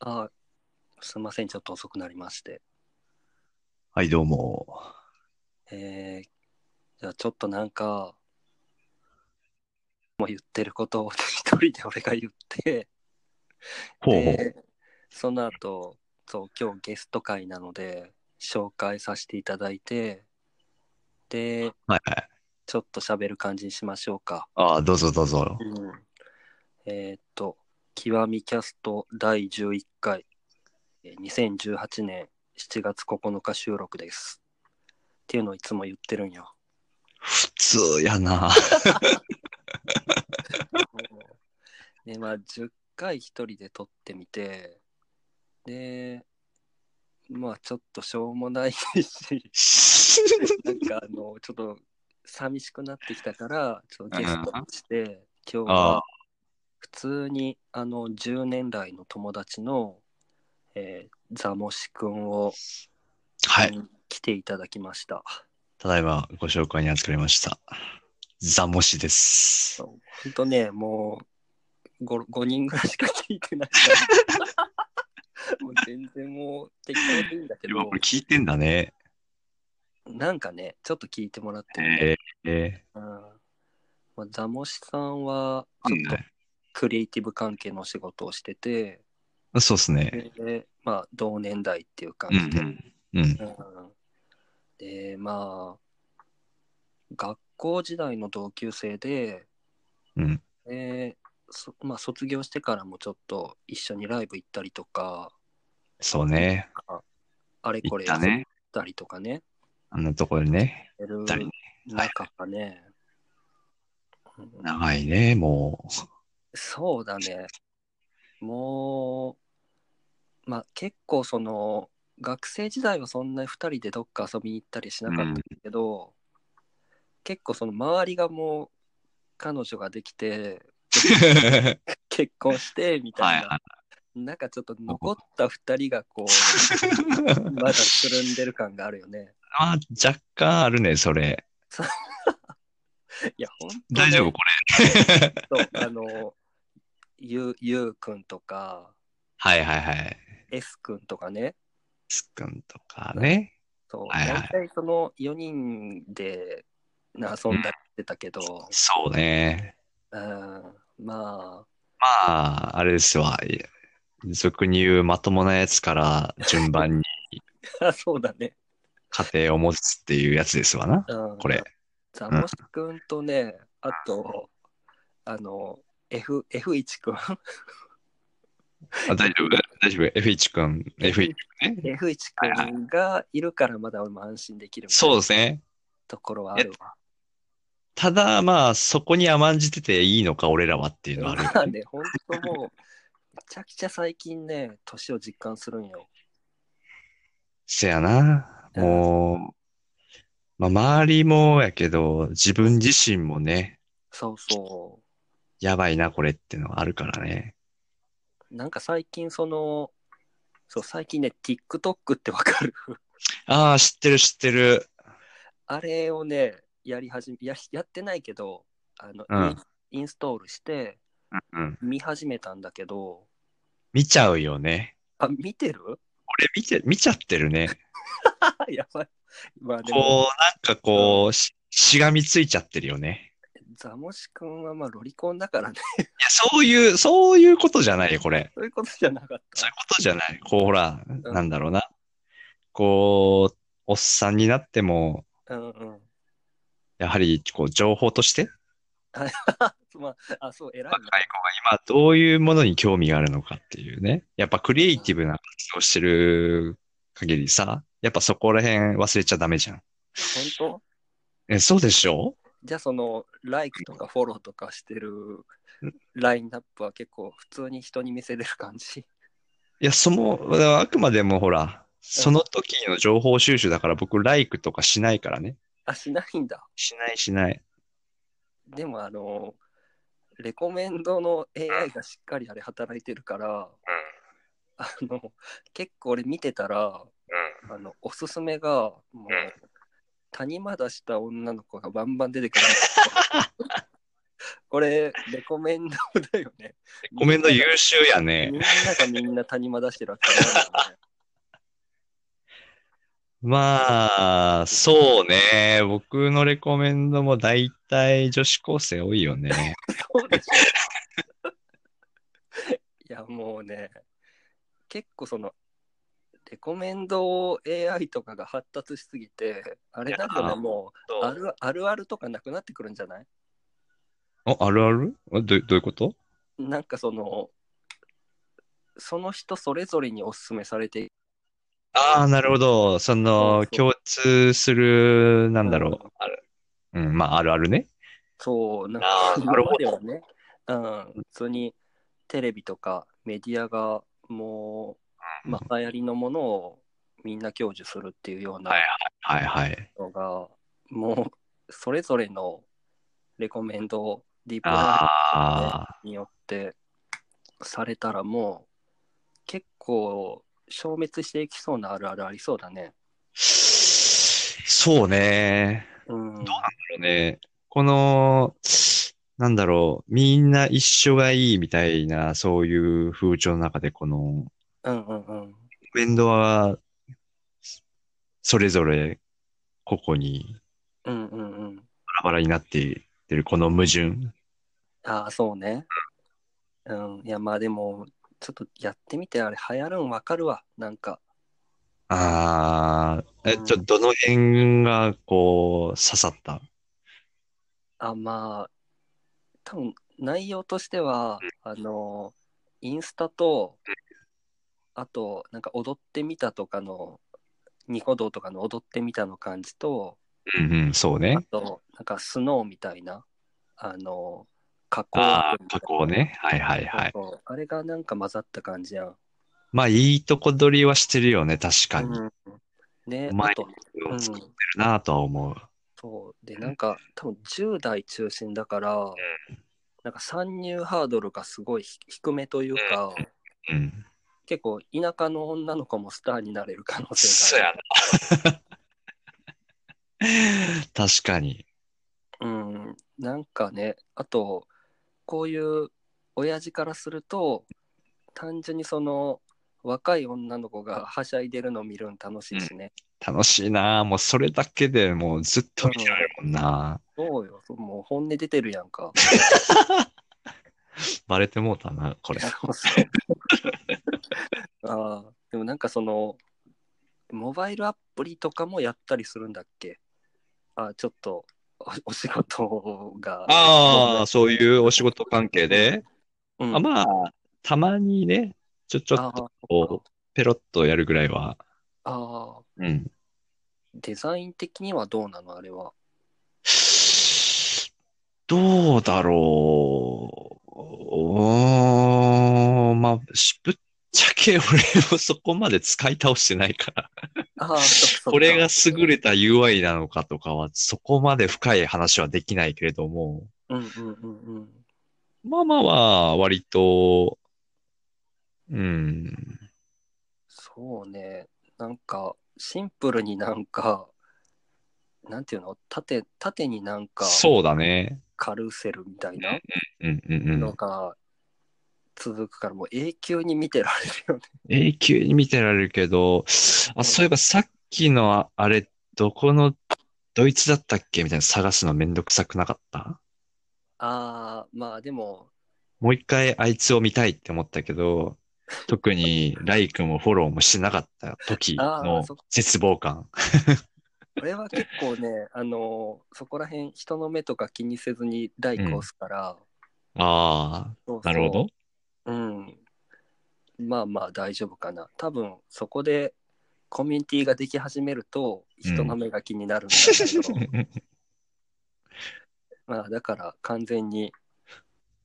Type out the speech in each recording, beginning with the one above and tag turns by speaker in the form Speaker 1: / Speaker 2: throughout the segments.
Speaker 1: あすいません、ちょっと遅くなりまして。
Speaker 2: はい、どうも。
Speaker 1: えー、じゃあちょっとなんか、もう言ってることを 一人で俺が言って、
Speaker 2: ほうほう。
Speaker 1: でその後、そう、今日ゲスト会なので、紹介させていただいて、で、
Speaker 2: はいはい。
Speaker 1: ちょっと喋る感じにしましょうか。
Speaker 2: ああ、どうぞどうぞ。
Speaker 1: えーっと、極みキャスト第11回、えー2018年7月9日収録です。っていうのをいつも言ってるんよ。
Speaker 2: 普通や な。
Speaker 1: で、まあ、10回一人で撮ってみて、で、まあ、ちょっとしょうもないし、なんか、あの、ちょっと寂しくなってきたから、ちょっとゲストとして、今日
Speaker 2: あ
Speaker 1: は普通に、あの、10年来の友達の、えーザモシ君を、
Speaker 2: はい。
Speaker 1: 来ていただきました。
Speaker 2: ただいまご紹介に預かりました。ザモシです。
Speaker 1: ほんとね、もう 5, 5人ぐらいしか聞いて ないから。もう全然もう適当でいいんだけ
Speaker 2: 今
Speaker 1: ど
Speaker 2: これ、聞いてんだね。
Speaker 1: なんかね、ちょっと聞いてもらってる、
Speaker 2: えーえ
Speaker 1: うんまあ、ザモシさんは、
Speaker 2: ー
Speaker 1: ちょっとクリエイティブ関係の仕事をしてて、
Speaker 2: そうっすね。
Speaker 1: でまあ、同年代っていう感
Speaker 2: うん
Speaker 1: じで、
Speaker 2: うん。うん。
Speaker 1: うんで、まあ、学校時代の同級生で、
Speaker 2: うん
Speaker 1: でそまあ、卒業してからもちょっと一緒にライブ行ったりとか、
Speaker 2: そうね。
Speaker 1: あれこ
Speaker 2: 行っ
Speaker 1: れ
Speaker 2: たね。
Speaker 1: たりとかね、
Speaker 2: あんなところでね。
Speaker 1: やる
Speaker 2: たりね
Speaker 1: 中がね、うん
Speaker 2: 長いね、も
Speaker 1: そうだね、もう、まあ、結構その、学生時代はそんなに2人でどっか遊びに行ったりしなかったんだけど、結構その周りがもう彼女ができ て
Speaker 2: う。は
Speaker 1: 結婚してみ たい
Speaker 2: い
Speaker 1: な、
Speaker 2: は
Speaker 1: なんかちょっと残った2人がこう
Speaker 2: い。
Speaker 1: まだつるんでる感があるよね。
Speaker 2: あー、若干あるね、それ。
Speaker 1: いや、本当
Speaker 2: 大丈夫これ。
Speaker 1: れ。そうあのゆうゆうくんとか、
Speaker 2: はいはいはい。
Speaker 1: S くんとかね、
Speaker 2: すっくんとかね。
Speaker 1: そう、
Speaker 2: はいはい
Speaker 1: 大体その4人でな遊んだりしてたけど、
Speaker 2: そうね。
Speaker 1: うん、まあ、
Speaker 2: まあ、あれですわ。いや俗に言うまともなやつから順番に
Speaker 1: あ そうだね。
Speaker 2: 家庭を持つっていうやつですわな。
Speaker 1: うん、
Speaker 2: これ。
Speaker 1: ザモシ君とね、あと、あの、F、F1 君
Speaker 2: あ大丈夫大丈夫 ?F1 くん。F1 くんね。
Speaker 1: F1 君がいるからまだ俺も安心できるみたい
Speaker 2: そう
Speaker 1: な
Speaker 2: ですね。
Speaker 1: ところはあるわ。
Speaker 2: ただ、まあ、そこに甘んじてていいのか、俺らはっていうのはある。
Speaker 1: まあね、ほんともう、めちゃくちゃ最近ね、年を実感するんよ。
Speaker 2: せやな。もう、まあ、周りもやけど、自分自身もね、
Speaker 1: そうそ
Speaker 2: やばいな、これってのがあるからね。
Speaker 1: う。なんか最近その、そう、最近ね、TikTok ってわかる
Speaker 2: ああ、知ってる、知ってる。
Speaker 1: あれをね、やり始め、ややってないけど、あの、
Speaker 2: うん
Speaker 1: インインストールして
Speaker 2: うん。
Speaker 1: 見始めたんだけど、
Speaker 2: 見ちゃうよね。
Speaker 1: あ、見てる
Speaker 2: 俺見て、見ちゃってるね。
Speaker 1: やばい。まあでも、
Speaker 2: こう、なんかこう、し、しがみついちゃってるよね。
Speaker 1: ザモシ君はまあロリコンだからね。
Speaker 2: いや、そういう、そういうことじゃないよ、これ。
Speaker 1: そういうことじゃなかっ
Speaker 2: そうい
Speaker 1: た
Speaker 2: う。ことじゃない。こう、ほら、
Speaker 1: ん
Speaker 2: なんだろうな。こう、おっさんになっても、
Speaker 1: うんうん。
Speaker 2: やはり、こう、情報として、
Speaker 1: まあ、あ、そう、偉い
Speaker 2: 若い子が今、どういうものに興味があるのかっていうね。やっぱ、クリエイティブな活動をしてる限りさ、やっぱそこら辺忘れちゃダメじゃん。
Speaker 1: な。本当
Speaker 2: え、そうでしょ
Speaker 1: じゃあその、ライクとかフォローとかしてるラインナップは結構普通に人に見せれる感じ。
Speaker 2: いや、その、あくまでもほら、その時の情報収集だから僕、ライクとかしないからね。
Speaker 1: あ、しないんだ。
Speaker 2: しないしない。
Speaker 1: でもあの、レコメンドの AI がしっかりあれ働いてるから、あの、結構俺見てたら、あの、おすすめが、もう、谷間出した女の子がバンバン出てくる。これ、レコメンドだよね。
Speaker 2: コメント優秀や
Speaker 1: み
Speaker 2: ね
Speaker 1: ん。ながみんな谷間出してるわけじゃないもんね。
Speaker 2: まあ、そうね。僕のレコメンドも大体女子高生多いよね。
Speaker 1: そうでし ょ。いや、もうね、結構その、レコメンド AI とかが発達しすぎて、あれなんか
Speaker 2: いや
Speaker 1: ね、
Speaker 2: ー
Speaker 1: もう、あるあるあるとかなくなってくるんじゃない
Speaker 2: お、あるあるあどどういうこと
Speaker 1: なんかその、その人それぞれにおすすめされてい
Speaker 2: ああ、なるほど。その、
Speaker 1: そうそ
Speaker 2: 共通する、なんだ
Speaker 1: う
Speaker 2: ろう。ある。うん、まあ、あるあるね。
Speaker 1: そう、なん
Speaker 2: あ
Speaker 1: か
Speaker 2: ー
Speaker 1: 今
Speaker 2: なるほ
Speaker 1: ま
Speaker 2: ど
Speaker 1: ではね、うん、普通にテレビとかメディアがもう、
Speaker 2: うん
Speaker 1: まあ、流行りのものをみんな享受するっていうような
Speaker 2: はいはい。
Speaker 1: のが、もう、それぞれのレコメンド、ディープラ
Speaker 2: ああ、
Speaker 1: インによってされたらもう、結構消滅していきそうなあるあるありそうだね。
Speaker 2: そうね。
Speaker 1: うん。
Speaker 2: ね、この、なんだろう、みんな一緒がいいみたいな、そういう風潮の中で、この、
Speaker 1: うんうんうん。
Speaker 2: メンドは、それぞれ、個々に、
Speaker 1: うんうんうん。
Speaker 2: バラバラになっていってる、この矛盾。
Speaker 1: ああ、そうね。うん。いや、まあでも、ちょっとやってみて、あれ、流行るんわかるわ。なんか。
Speaker 2: ああ、え、
Speaker 1: うん
Speaker 2: ちょ、どの辺が、こう、刺さった
Speaker 1: あ、まあ、多分内容としては、あの、インスタと、あと、なんか踊ってみたとかの、ニコ動とかの踊ってみたの感じと、
Speaker 2: うんうん、そうね
Speaker 1: あ。と、なんかスノーみたいな、あの、加工
Speaker 2: あ
Speaker 1: ア
Speaker 2: あ
Speaker 1: プリ、みた
Speaker 2: 加
Speaker 1: いな
Speaker 2: 工。ね。はいはいはい。
Speaker 1: そうそうあれがなんか混ざった感じやん。
Speaker 2: まあ、いいとこ取りはしてるよね、確かに。
Speaker 1: うん。ね、
Speaker 2: うまい
Speaker 1: あと、う
Speaker 2: うんん、作ってるなとは思う。
Speaker 1: そうでなんか多分10代中心だから、なんか参入ハードルがすごい低低めというか、
Speaker 2: うん。
Speaker 1: 結構田舎の女の子もスターになれる可能
Speaker 2: そ
Speaker 1: 性
Speaker 2: や
Speaker 1: があ
Speaker 2: な
Speaker 1: る。。
Speaker 2: 確かに。
Speaker 1: うん、なんかねあとこういう親父からすると単純にその若い女の子がはしゃいでるの見るん楽しいしね。
Speaker 2: 楽しいなもうそれだけでもうずっと見てられるもんな、
Speaker 1: そうよそうもう本音出てるやんか。
Speaker 2: バレてもうたな、これ。
Speaker 1: そうそう ああでもなんかそのモバイルアプリとかもやったりするんだっけあちょっとおお仕事が
Speaker 2: ああ、そういうお仕事関係で。
Speaker 1: うん
Speaker 2: あまあ、たまにね、ちょ、ちょっとこう、ペロッとやるぐらいは。
Speaker 1: ああ
Speaker 2: うん。
Speaker 1: デザイン的にはどうなのあれ は
Speaker 2: どうだろう。うーんまあ、しぶっちゃけ俺もそこまで使い倒してないから。
Speaker 1: ああそっかそっか
Speaker 2: これが優れた UI なのかとかは、そこまで深い話はできないけれども、
Speaker 1: うんうんうんうん
Speaker 2: まあまあまあ、割と、うん、
Speaker 1: そうねなんかシンプルになんかなんていうの縦縦になんか
Speaker 2: そうだね。
Speaker 1: カルーセルみたいな
Speaker 2: うんうんう
Speaker 1: の
Speaker 2: ん。
Speaker 1: が続くから、もう永久に見てられるよ ね。
Speaker 2: 永久に見てられるけど、あ、そういえばさっきのああれ、どこの、ドイツだったっけみたいな探すのめんどくさくなかった
Speaker 1: ああ、まあでも、
Speaker 2: もう一回あいつを見たいって思ったけど、特にライクもフォローもしてなかった時
Speaker 1: あー
Speaker 2: の
Speaker 1: そっか
Speaker 2: 絶望感。
Speaker 1: 俺は結構 ね、あのそこら辺、人の目とか気にせずにライクを押すから、
Speaker 2: あ
Speaker 1: そうそ
Speaker 2: あ、
Speaker 1: う
Speaker 2: なるほど。。
Speaker 1: うん。まあまあ大丈夫かな。多分、そこでコミュニティができ始めると、人の目が気になるんだけど、 まあだから完全に、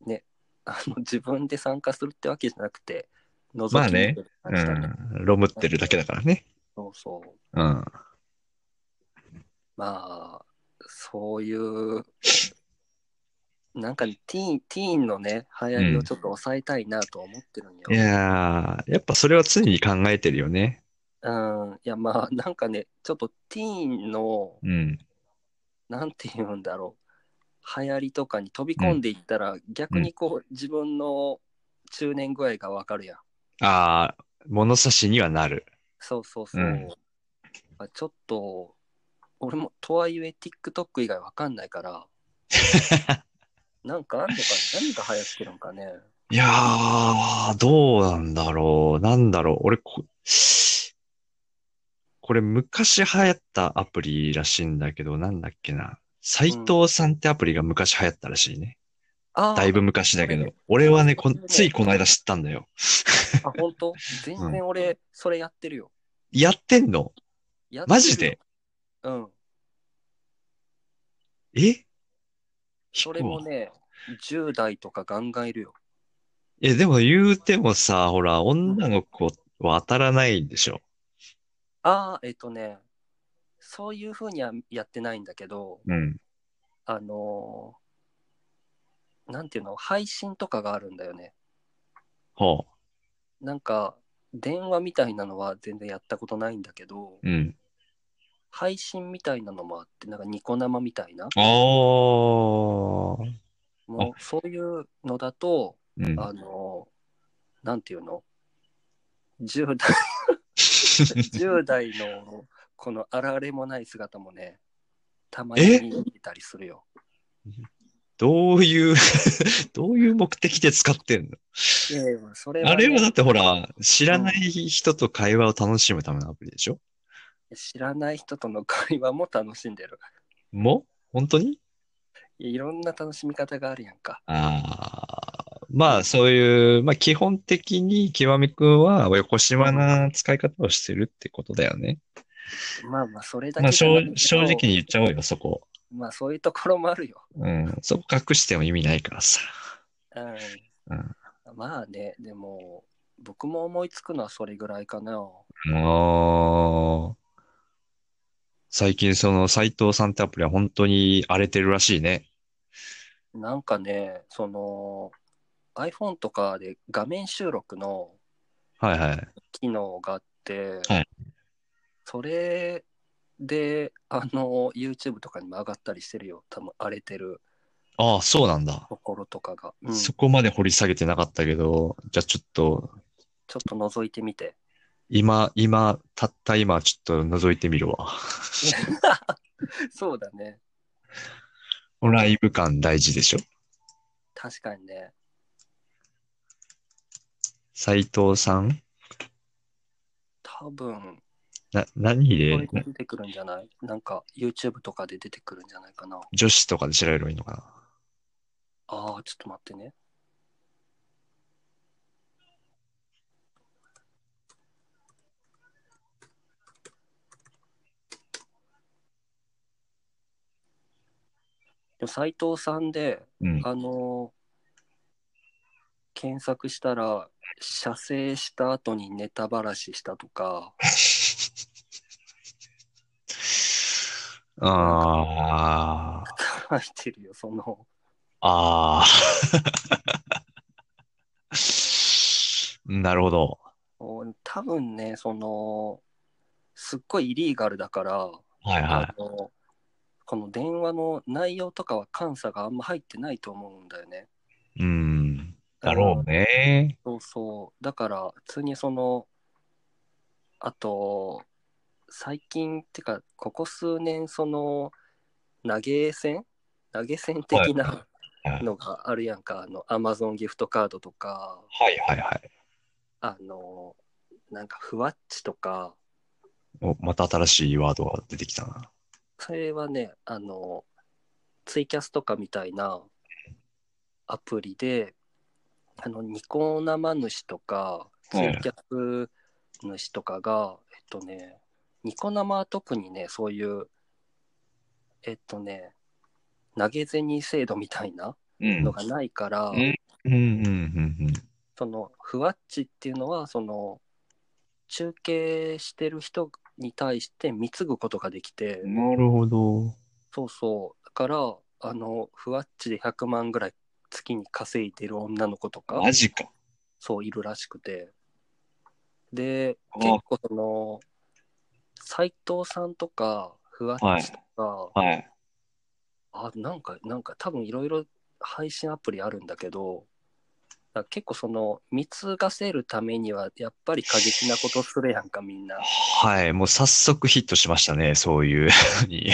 Speaker 1: ね、あの自分で参加するってわけじゃなくて、覗き見てる感じだね。
Speaker 2: うん、ロムってるだけだからね。
Speaker 1: そうそう。
Speaker 2: うん。
Speaker 1: まあ、そういう、なんかティーン、ティーンのね、流行りをちょっと抑えたいなと思ってるんよ。
Speaker 2: いやー、やっぱそれは常に考えてるよね。
Speaker 1: うん、いや、まあ、なんかね、ちょっとティーンの、
Speaker 2: うん。
Speaker 1: なんて言うんだろう、流行りとかに飛び込んでいったら、逆にこう、自分の中年具合がわかるやん。
Speaker 2: ああ、物差しにはなる。
Speaker 1: そうそうそう。
Speaker 2: うん
Speaker 1: あちょっと、俺もとはいえ TikTok 以外わかんない から、なんかあんのか何が流行ってるんかね。
Speaker 2: いやー、どうなんだろう。なんだろう。俺、こ、これ昔流行ったアプリらしいんだけど、なんだっけな。斎藤さんってアプリが昔流行ったらしいね。
Speaker 1: あー
Speaker 2: だいぶ昔だけど。俺はね、こんついこの間知ったんだよ。
Speaker 1: あ、本当全然俺、それやってるよ。
Speaker 2: やってんの
Speaker 1: やってるよ
Speaker 2: マジで
Speaker 1: うん。
Speaker 2: え
Speaker 1: それもね、10代とかガンガンいるよ。
Speaker 2: え、でも言うてもさ、ほら、女の子は当たらないんでしょ。
Speaker 1: ああ、えっとね、そういうふうにはやってないんだけど、
Speaker 2: うん。
Speaker 1: あのーなんていうの、配信とかがあるんだよね。
Speaker 2: ほ
Speaker 1: なんか、電話みたいなのは全然やったことないんだけど、
Speaker 2: う。うん。
Speaker 1: 配信みたいなのもあって、なんかニコ生みたいな、
Speaker 2: おー。
Speaker 1: もうそういうのだと、
Speaker 2: うん。
Speaker 1: あのーなんていうの、10代 10代のこのあられもない姿もね、たまに
Speaker 2: え
Speaker 1: 見えたりするよ。
Speaker 2: どういう、 どういう目的で使ってんの
Speaker 1: いやいや、それは、
Speaker 2: あれはだ
Speaker 1: ね、
Speaker 2: ってほら、知らない人と会話を楽しむためのアプリでしょ
Speaker 1: 知らない人との会話も楽しんでる。
Speaker 2: も本当に
Speaker 1: いろんな楽しみ方があるやんか。
Speaker 2: ああ、まあそういう、まあ基本的に極みくんは横島な使い方をしてるってことだよね。
Speaker 1: まあまあ、それだけ
Speaker 2: まあ
Speaker 1: じゃな
Speaker 2: 正
Speaker 1: くても
Speaker 2: 正直に言っちゃおうよ、そこ。
Speaker 1: まあ、そういうところもあるよ。
Speaker 2: うん、そこ隠しても意味ないからさ。
Speaker 1: うん。
Speaker 2: うん
Speaker 1: まあね、でも、僕も思いつくのはそれぐらいかな。
Speaker 2: ああ。最近その斎藤さんってアプリは本当に荒れてるらしいね。
Speaker 1: なんかね、その、iPhone とかで画面収録の
Speaker 2: はいはい。
Speaker 1: 機能があって、
Speaker 2: はい
Speaker 1: それで、あの、YouTube とかにも上がったりしてるよ。多分荒れてる
Speaker 2: ああ、そうなんだ。
Speaker 1: ところとかが。うん、ち
Speaker 2: そ
Speaker 1: ょ
Speaker 2: こまで掘り下げてなかったけど、じゃあちょっと、
Speaker 1: っと覗いてみて。
Speaker 2: 今、今、たった今、ちょっと覗いてみるわ。
Speaker 1: そうだね。
Speaker 2: ライブ感大事でしょ
Speaker 1: 確かにね。
Speaker 2: 斎藤さん
Speaker 1: 多分、
Speaker 2: な、何
Speaker 1: こ
Speaker 2: で
Speaker 1: れ、で出てくるんじゃないなんか YouTube とかで出てくるんじゃないかな。
Speaker 2: 女子とかで調べればいいのかな
Speaker 1: ああ、ちょっと待ってね。でも斉藤さんで、
Speaker 2: うん。
Speaker 1: あのー検索したら、射精した後にネタばらししたとか、
Speaker 2: あー、
Speaker 1: 書いてるよ、その、
Speaker 2: あー。 なるほど。
Speaker 1: お多分ね、その、すっごいイリーガルだから、
Speaker 2: はいは
Speaker 1: あのこの電話の内容とかは監査があんま入ってないと思うんだよね。
Speaker 2: い。うん。だろうね。
Speaker 1: あの。そうそう。だから、普通にその、あと、最近ってか、ここ数年、その、投げ銭投げ銭的な
Speaker 2: はいはい
Speaker 1: のがあるやんか、あの、アマゾンギフトカードとか、
Speaker 2: はいはいはい。
Speaker 1: あの、なんか、ふわっちとか、
Speaker 2: お、また新しいワードが出てきたな。
Speaker 1: それはね、あの、ツイキャスとかみたいなアプリで、あの、ニコ生主とか、ツ
Speaker 2: はい
Speaker 1: イキャス主とかが、えっとね、ニコ生は特にね、そういう、えっとね、投げ銭制度みたいな
Speaker 2: うん
Speaker 1: のがないから、
Speaker 2: んうんうんうん
Speaker 1: その、ふわっちっていうのは、その、中継してる人に対して貢ぐことができて、
Speaker 2: うん。なるほど。
Speaker 1: そうそう。だから、あの、ふわっちで100万ぐらい月に稼いでる女の子とか、
Speaker 2: マジか。
Speaker 1: そういるらしくて。で、
Speaker 2: あ
Speaker 1: 結構その、斎藤さんとか、ふわっ
Speaker 2: はい
Speaker 1: ちとか、
Speaker 2: はい。
Speaker 1: あ、なんか、なんか多分いろいろ配信アプリあるんだけど、だから結構その、貢がせるためには、やっぱり過激なことするやんか、みんな。
Speaker 2: はい。もう早速ヒットしましたね。そういうの に。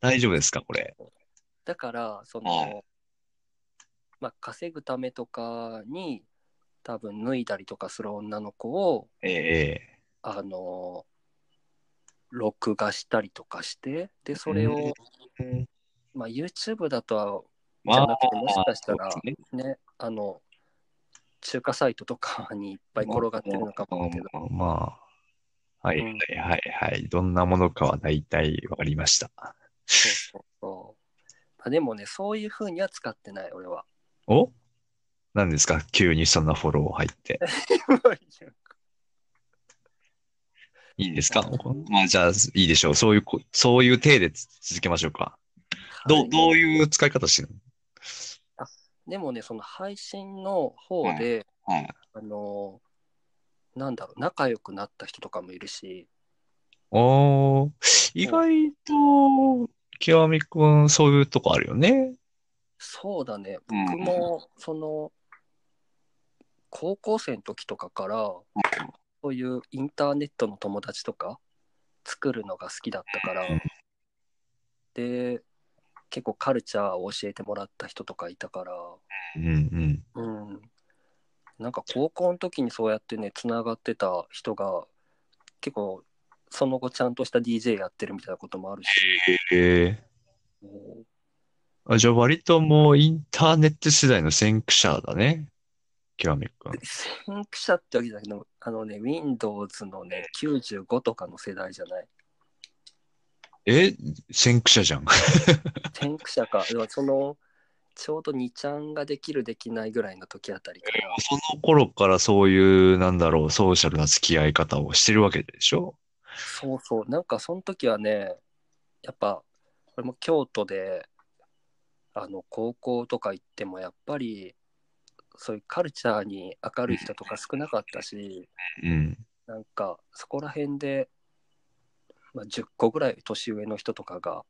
Speaker 2: 大丈夫ですかこれ。
Speaker 1: だから、そ
Speaker 2: はい
Speaker 1: の、まあ、稼ぐためとかに、多分脱いだりとかする女の子を、
Speaker 2: ええ
Speaker 1: あの、録画したりとかして、で、それを、
Speaker 2: ええ
Speaker 1: まあ、YouTube だとは、
Speaker 2: ま
Speaker 1: じ
Speaker 2: あ
Speaker 1: ゃなくて、もしかしたら
Speaker 2: そうで、
Speaker 1: ね、あの、中華サイトとかにいっぱい転がってるのかもだけど、
Speaker 2: まあ、まあはい、
Speaker 1: う
Speaker 2: は
Speaker 1: ん
Speaker 2: い、はい、はい。どんなものかは大体わかりました。
Speaker 1: そうそうそう。まあ、でもね、そういうふうには使ってない、俺は。
Speaker 2: お何ですか急にそんなフォロー 入って。いいんですかまあ、じゃあ、いいでしょう。そういうこ、そういう体で続けましょうか。ど
Speaker 1: は
Speaker 2: う、
Speaker 1: い
Speaker 2: どういう使い方してる
Speaker 1: でもね、その配信の方で、
Speaker 2: のはい。
Speaker 1: あの、なんだろう、仲良くなった人とかもいるし、
Speaker 2: おー、意外と、極みくん、そういうとこあるよね。
Speaker 1: そうだね、
Speaker 2: うん
Speaker 1: 僕も、その、高校生の時とかから、そういうインターネットの友達とか作るのが好きだったから
Speaker 2: うん、
Speaker 1: で、結構カルチャーを教えてもらった人とかいたから、
Speaker 2: うんうん。
Speaker 1: うん。なんか高校の時にそうやってね、つながってた人が、結構、その後ちゃんとした DJ やってるみたいなこともあるし、
Speaker 2: えー、あじゃあ割ともうインターネット世代の先駆者だね。極みくん。
Speaker 1: 先駆者ってわけじゃないけど、あのね、Windows のね、95とかの世代じゃない。
Speaker 2: え、先駆者じゃん。
Speaker 1: 先駆者か、でもその、ちょうど2ちゃんができるできないぐらいの時あたりから、
Speaker 2: その頃からそういう、なんだろう、ソーシャルな付き合い方をしてるわけでしょ
Speaker 1: そうそう、なんかその時はね、やっぱ、俺も京都で、あの、高校とか行っても、やっぱり、そういうカルチャーに明るい人とか少なかったし、
Speaker 2: うん。
Speaker 1: なんか、そこら辺で、まあ、10個ぐらい年上の人とかが、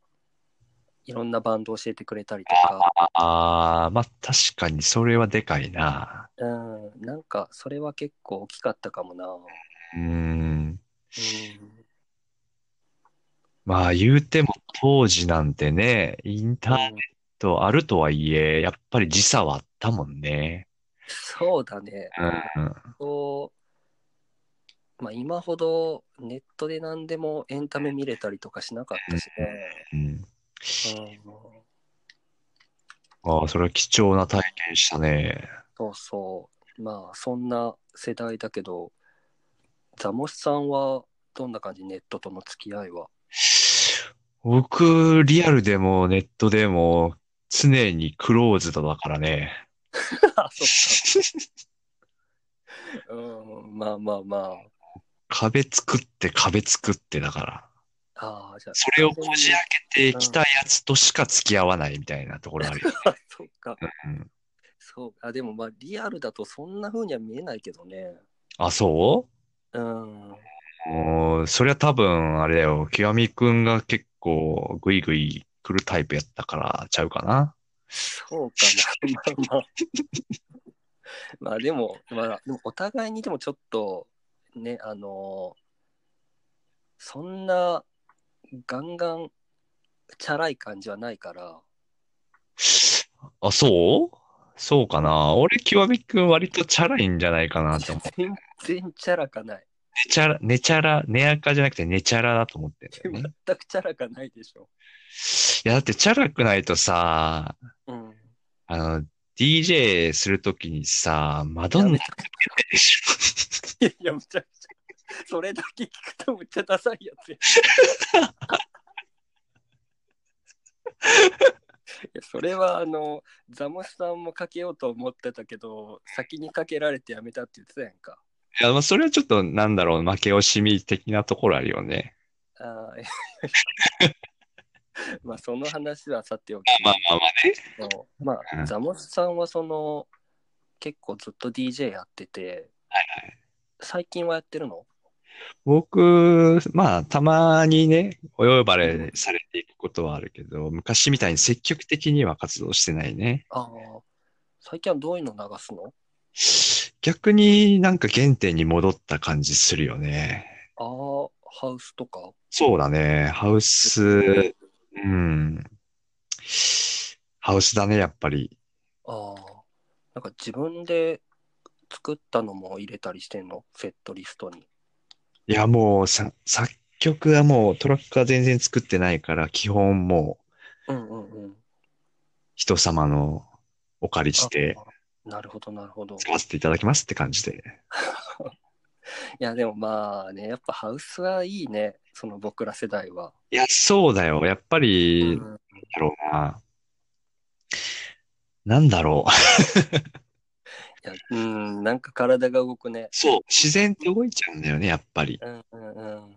Speaker 1: いろんなバンド教えてくれたりとか、
Speaker 2: ああ、まあ確かにそれはでかいな。
Speaker 1: うん、なんか、それは結構大きかったかもな。うん、
Speaker 2: うーん。まあ言うても当時なんてね、インターネットあるとはいえ、やっぱり時差はあったもんね。
Speaker 1: そうだね。
Speaker 2: うん。
Speaker 1: こう、まあ、今ほどネットで何でもエンタメ見れたりとかしなかったし
Speaker 2: うん。
Speaker 1: ね。うん、
Speaker 2: ああ、それは貴重な体験したね。
Speaker 1: そうそう。まあそんな世代だけど、ザモシさんはどんな感じネットとの付き合い は。
Speaker 2: 僕、リアルでもネットでも常にクローズドだからね。
Speaker 1: あそっか。うん、まあまあま
Speaker 2: 壁作って壁作ってだから。
Speaker 1: あ。ああ、じゃあ。
Speaker 2: それをこじ開けてきたやつとしか付き合わないみたいなところあるよ。
Speaker 1: あ そっか。
Speaker 2: うん
Speaker 1: そう。あ、でもまあリアルだとそんな風には見えないけどね。
Speaker 2: あ、そ
Speaker 1: うん。
Speaker 2: うもうそりゃ多分、あれだよ、極みくんが結構グイグイ来るタイプやったからちゃうかな。
Speaker 1: そうかな。まあまあ。 まあでも、まあ、でもお互いにでもちょっと、ね、あのーそんな、ガンガン、チャラい感じはないから、
Speaker 2: あ、そうそうかな。俺、極みくん割とチャラいんじゃないかなと思う。
Speaker 1: 全然チャラかない。
Speaker 2: ネチャラ、ネチャラ、ネアカじゃなくてネチャラだと思ってんだよね。
Speaker 1: 全くチャラかないでしょ。
Speaker 2: いや、だってチャラくないとさ、
Speaker 1: うん。
Speaker 2: あの、DJ するときにさ、マドンナ
Speaker 1: いやめちゃくちゃ いや、むちゃくちゃ。それだけ聞くとむっちゃダサいや つや。いやそれはあのザモシさんもかけようと思ってたけど先にかけられてやめたって言ってたやんか
Speaker 2: いや、まあ、それはちょっと、なんだろう、負け惜しみ的なところあるよね。
Speaker 1: あーいやい やいやまあその話はさておき、
Speaker 2: まあまあまあね。
Speaker 1: そうま
Speaker 2: うん
Speaker 1: あザモシさんはその結構ずっと DJ やってて最近はやってるの
Speaker 2: 僕、まあ、たまにね、お呼ばれされていくこことはあるけど、昔みたいに積極的には活動してないね。
Speaker 1: ああ。最近はどういうの流すの
Speaker 2: 逆になんか原点に戻った感じするよね。
Speaker 1: ああ、ハウスとか。
Speaker 2: そうだね。ハウス、うん。ハウスだね、やっぱり。
Speaker 1: ああ。なんか自分で作ったのも入れたりしてんのセットリストに。
Speaker 2: いや、もうさ、作曲はもうトラックは全然作ってないから、基本もう
Speaker 1: うんうんうん。
Speaker 2: 人様のお借りして
Speaker 1: あ。なるほど、なるほど。
Speaker 2: 使わせていただきますって感じで。
Speaker 1: いや、でもまあね、やっぱハウスはいいね。その僕ら世代は。
Speaker 2: いや、そうだよ。やっぱ
Speaker 1: う
Speaker 2: り、
Speaker 1: ん、
Speaker 2: だろうな。なんだろう。
Speaker 1: いやうん、なんか体が動くね。
Speaker 2: そう。自然って動いちゃうんだよね、やっぱり。
Speaker 1: うんうんうん。い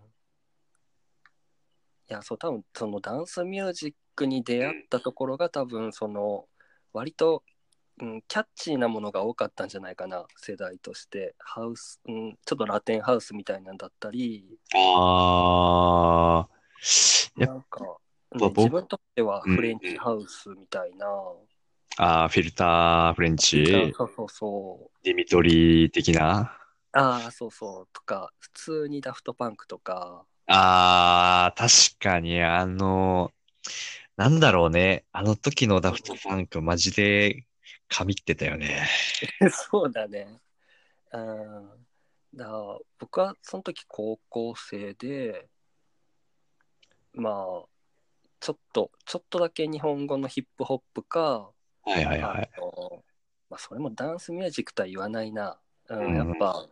Speaker 1: や、そう、多分そのダンスミュージックに出会ったところが、多分その、割と、うん、キャッチーなものが多かったんじゃないかな、世代として。ハウス、うん、ちょっとラテンハウスみたいなんだったり、
Speaker 2: あやっ
Speaker 1: なんか、
Speaker 2: ぱ
Speaker 1: ね
Speaker 2: 僕
Speaker 1: 自分とってはフレンチハウスみたいな。
Speaker 2: ーあー、フィルター、フレンチ、
Speaker 1: そうそうそう。
Speaker 2: ディミトリー的な。
Speaker 1: ああ、そうそう。とか、普通にダフトパンクとか、
Speaker 2: あー、確かに、あの、なんだろうね。あの時のダフトパンク、マジで、神ってたよね。
Speaker 1: そうだね。うん。だから僕はその時高校生で、まあ、ちょっと、ちょっとだけ日本語のヒップホップか、
Speaker 2: はいはいはい。
Speaker 1: あのまあ、それもダンスミュージックとは言わないな。う
Speaker 2: うん
Speaker 1: ん、やっぱ、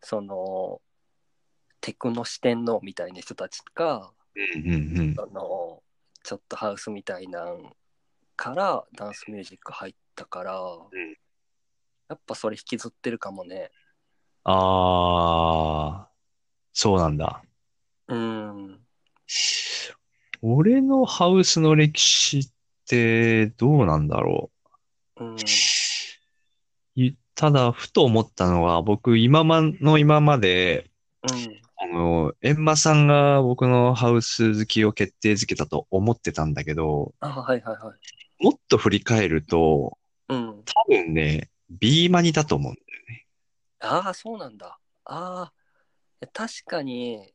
Speaker 1: その、テクノ四天王みたいな人たちか、
Speaker 2: うんうんうん。
Speaker 1: あのちょっとハウスみたいなんからダンスミュージック入ったから、
Speaker 2: ん
Speaker 1: やっぱそれ引きずってるかもね
Speaker 2: あー、そうなんだ。
Speaker 1: うん
Speaker 2: 俺のハウスの歴史ってどうなんだろ
Speaker 1: うん
Speaker 2: う。いただ、ふと思ったのは、僕、今まの今まで、
Speaker 1: うん
Speaker 2: あの、エンマさんが僕のハウス好きを決定づけたと思ってたんだけど、
Speaker 1: あはいはいはい
Speaker 2: もっと振り返ると、
Speaker 1: うん
Speaker 2: 多分ね、ビーマニだと思うんだよね。
Speaker 1: ああそうなんだああ確かに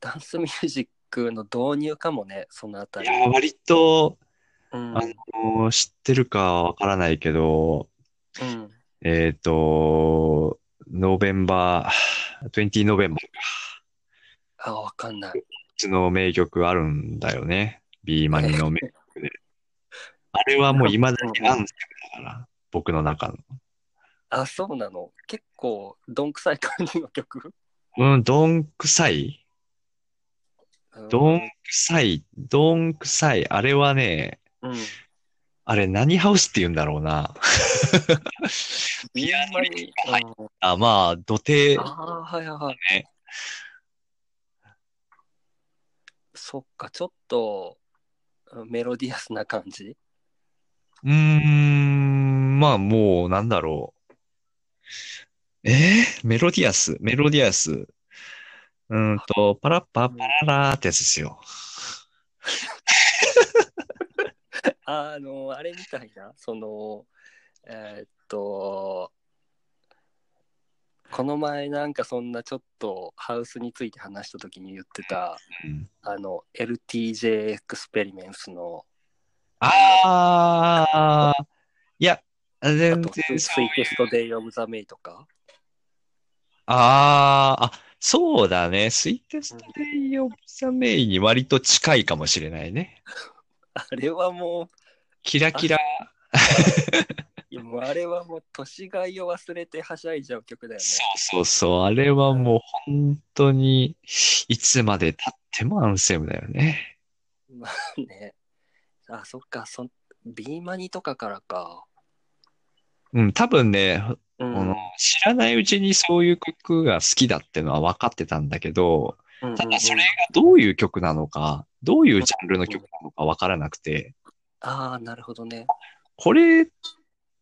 Speaker 1: ダンスミュージックの導入かもねそのあた
Speaker 2: い
Speaker 1: り
Speaker 2: や、割と、
Speaker 1: うん
Speaker 2: あの、知ってるかわからないけど、
Speaker 1: うん
Speaker 2: えっと、ノーベンバー、20ノーベンバーか。
Speaker 1: ああわかんない
Speaker 2: つの名曲あるんだよね。ビーマニの名曲で。あれはもう未だにアンセムだから、僕の中の。
Speaker 1: あそうなの結構どんくさい感じの曲
Speaker 2: うん、どんくさい
Speaker 1: うん
Speaker 2: どんくさいどんくさいあれはね、
Speaker 1: うん
Speaker 2: あれ何ハウスって言うんだろうな。
Speaker 1: ビアノに
Speaker 2: はいあ、まあ、土手
Speaker 1: あ、あ、はいはいはい。
Speaker 2: ね
Speaker 1: そっか、ちょっとメロディアスな感じ。
Speaker 2: うーん、まあもう、なんだろう。えーメロディアス、メロディアス。うーんと、パラッパパララーってやつですよ。
Speaker 1: あの、あれみたいな、その、えーっと、この前なんかそんなちょっとハウスについて話した時に言ってた、
Speaker 2: うん
Speaker 1: あの、LTJ エクスペリメンスの、
Speaker 2: ああ、いや、
Speaker 1: あ
Speaker 2: 全
Speaker 1: と、
Speaker 2: 然
Speaker 1: ス
Speaker 2: そうい
Speaker 1: イ
Speaker 2: う。
Speaker 1: テストデイ・オブ・ザ・メイとか。
Speaker 2: あーあ、そうだね。スイーテストデイオブザメイに割と近いかもしれないね。
Speaker 1: あれはもう、
Speaker 2: キラキラ。
Speaker 1: いやもうあれはもう年がいを忘れてはしゃいじゃう曲だよね。
Speaker 2: そうそうそう。あれはもう本当に、いつまで経ってもアンセムだよね。
Speaker 1: ね。あ、そっか、そビーマニとかからか。
Speaker 2: うん、多分ね、
Speaker 1: う
Speaker 2: こ
Speaker 1: ん。
Speaker 2: の知らないうちにそういう曲が好きだってのは分かってたんだけど、
Speaker 1: うん
Speaker 2: ただそれがどういう曲なのか、どういうジャンルの曲なのか分からなくて、
Speaker 1: ああ、なるほどね。
Speaker 2: これ、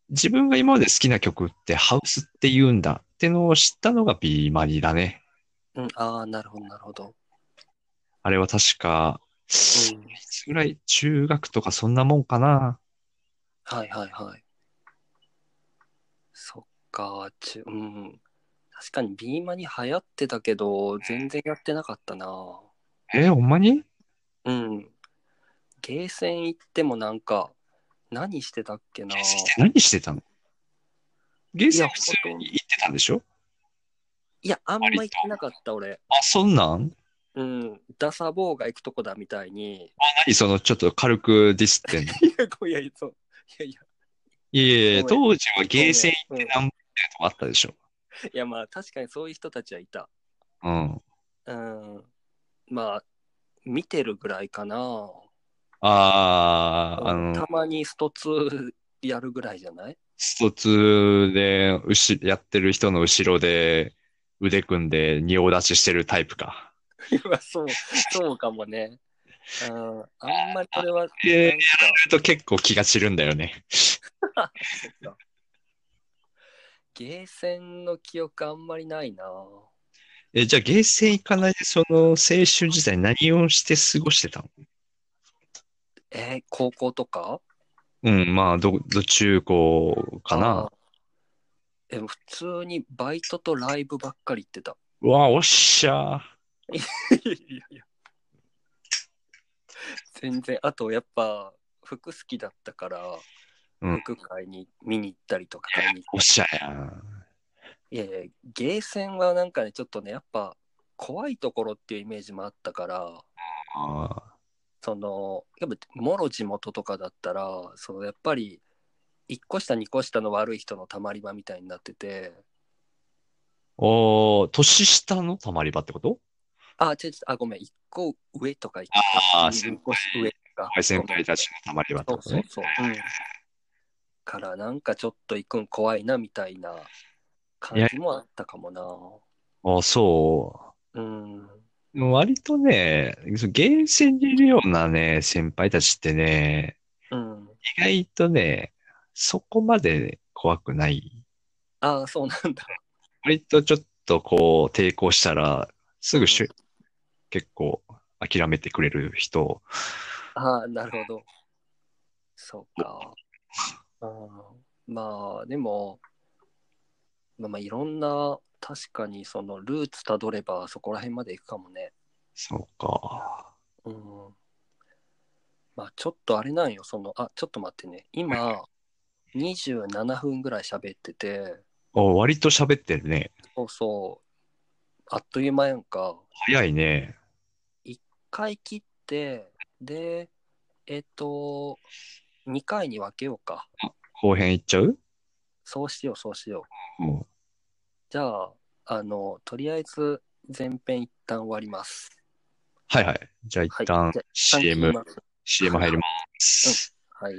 Speaker 2: 自分が今まで好きな曲ってハウスって言うんだってのを知ったのがビーマニだね。
Speaker 1: うん、ああ、なるほど、なるほど。
Speaker 2: あれは確か、
Speaker 1: うん
Speaker 2: いつぐらい中学とかそんなもんかな。
Speaker 1: はいはいはい。そっか、ちゅうん。確かにビーマに流行ってたけど、全然やってなかったな。
Speaker 2: えーほんまに
Speaker 1: うん。ゲーセン行ってもなんか、何してたっけな。
Speaker 2: 何してたのゲーセ
Speaker 1: いや
Speaker 2: ン普通に行ってたんでしょ
Speaker 1: いや、あんま行ってなかった俺。
Speaker 2: あ、そんなん
Speaker 1: うん。ダサ坊が行くとこだみたいに。
Speaker 2: 何その、ちょっと軽くディスってんの
Speaker 1: いや、ごめんいや、そう。いやいや。
Speaker 2: いやいやいや、
Speaker 1: ご
Speaker 2: 当時はゲーセン
Speaker 1: ごめんうん
Speaker 2: なんぼみたいなとこあったでしょ。
Speaker 1: いや、まあ、確かにそういう人たちはいた。
Speaker 2: うん。
Speaker 1: うん。まあ、見てるぐらいかな。
Speaker 2: あー、あ
Speaker 1: た
Speaker 2: の、
Speaker 1: まにスト2やるぐらいじゃない
Speaker 2: スト2で、うし、やってる人の後ろで腕組んで仁王立ちしてるタイプか。
Speaker 1: まあ そう、そうかもね。うん、あんまりこれは、なんか、
Speaker 2: えそれと結構気が散るんだよね。
Speaker 1: ゲーセンの記憶あんまりないな。
Speaker 2: え、じゃあゲーセン行かないで、その青春時代何をして過ごしてたの
Speaker 1: えー高校とか
Speaker 2: うん、まあ、ど、ど、中高かな。
Speaker 1: あーえ、普通にバイトとライブばっかり行ってた。
Speaker 2: うわ、おっしゃー。
Speaker 1: いやいやいや。全然、あとやっぱ、服好きだったから、
Speaker 2: うん
Speaker 1: 服買いに、見に行ったりとか買いに行
Speaker 2: おっ
Speaker 1: っ
Speaker 2: しゃやん。
Speaker 1: いやいや、ゲーセンはなんかね、ちょっとね、やっぱ、怖いところっていうイメージもあったから、
Speaker 2: あ
Speaker 1: そのやっぱもろ地元とかだったらそのやっぱり1個下2個下の悪い人のたまり場みたいになってて
Speaker 2: おー、年下のたまり場ってこと
Speaker 1: あちょちょあごめん1個上とか1
Speaker 2: あー先輩
Speaker 1: 個上とか
Speaker 2: はい、先輩たちのたまり場って
Speaker 1: そ
Speaker 2: こ
Speaker 1: う
Speaker 2: と
Speaker 1: そう
Speaker 2: ね。
Speaker 1: そう、うん、からなんかちょっと行くん怖いなみたいな感じもあったかもな
Speaker 2: あそ
Speaker 1: うん
Speaker 2: う。割とね、そのゲーセンにいるようなね、先輩たちってね、
Speaker 1: うん
Speaker 2: 意外とね、そこまで怖くない。
Speaker 1: ああそうなんだ
Speaker 2: 割とちょっとこう、抵抗したら、すぐしゅ、結構諦めてくれる人。
Speaker 1: ああ、なるほど。そうか。うん、まあ、でも、まあ、まあいろんな、確かにそのルーツたどればそこら辺まで行くかもね。
Speaker 2: そうか。
Speaker 1: うん。まあ、ちょっとあれなんよ、その、あ、ちょっと待ってね。今、27分ぐらい喋ってて、
Speaker 2: お割と喋ってるね。
Speaker 1: そうそう、あっという間やんか。
Speaker 2: 早いね。
Speaker 1: 1回切って、で、えっと、2回に分けようか。
Speaker 2: 後編いっちゃう
Speaker 1: そうしよう、そうしよう。
Speaker 2: うん
Speaker 1: じゃあ、あの、とりあえず前編一旦終わります。
Speaker 2: はいはい。じゃあ一
Speaker 1: はい。
Speaker 2: 旦
Speaker 1: じゃあ一旦切り
Speaker 2: CM
Speaker 1: ま、す
Speaker 2: CM 入ります。
Speaker 1: はい。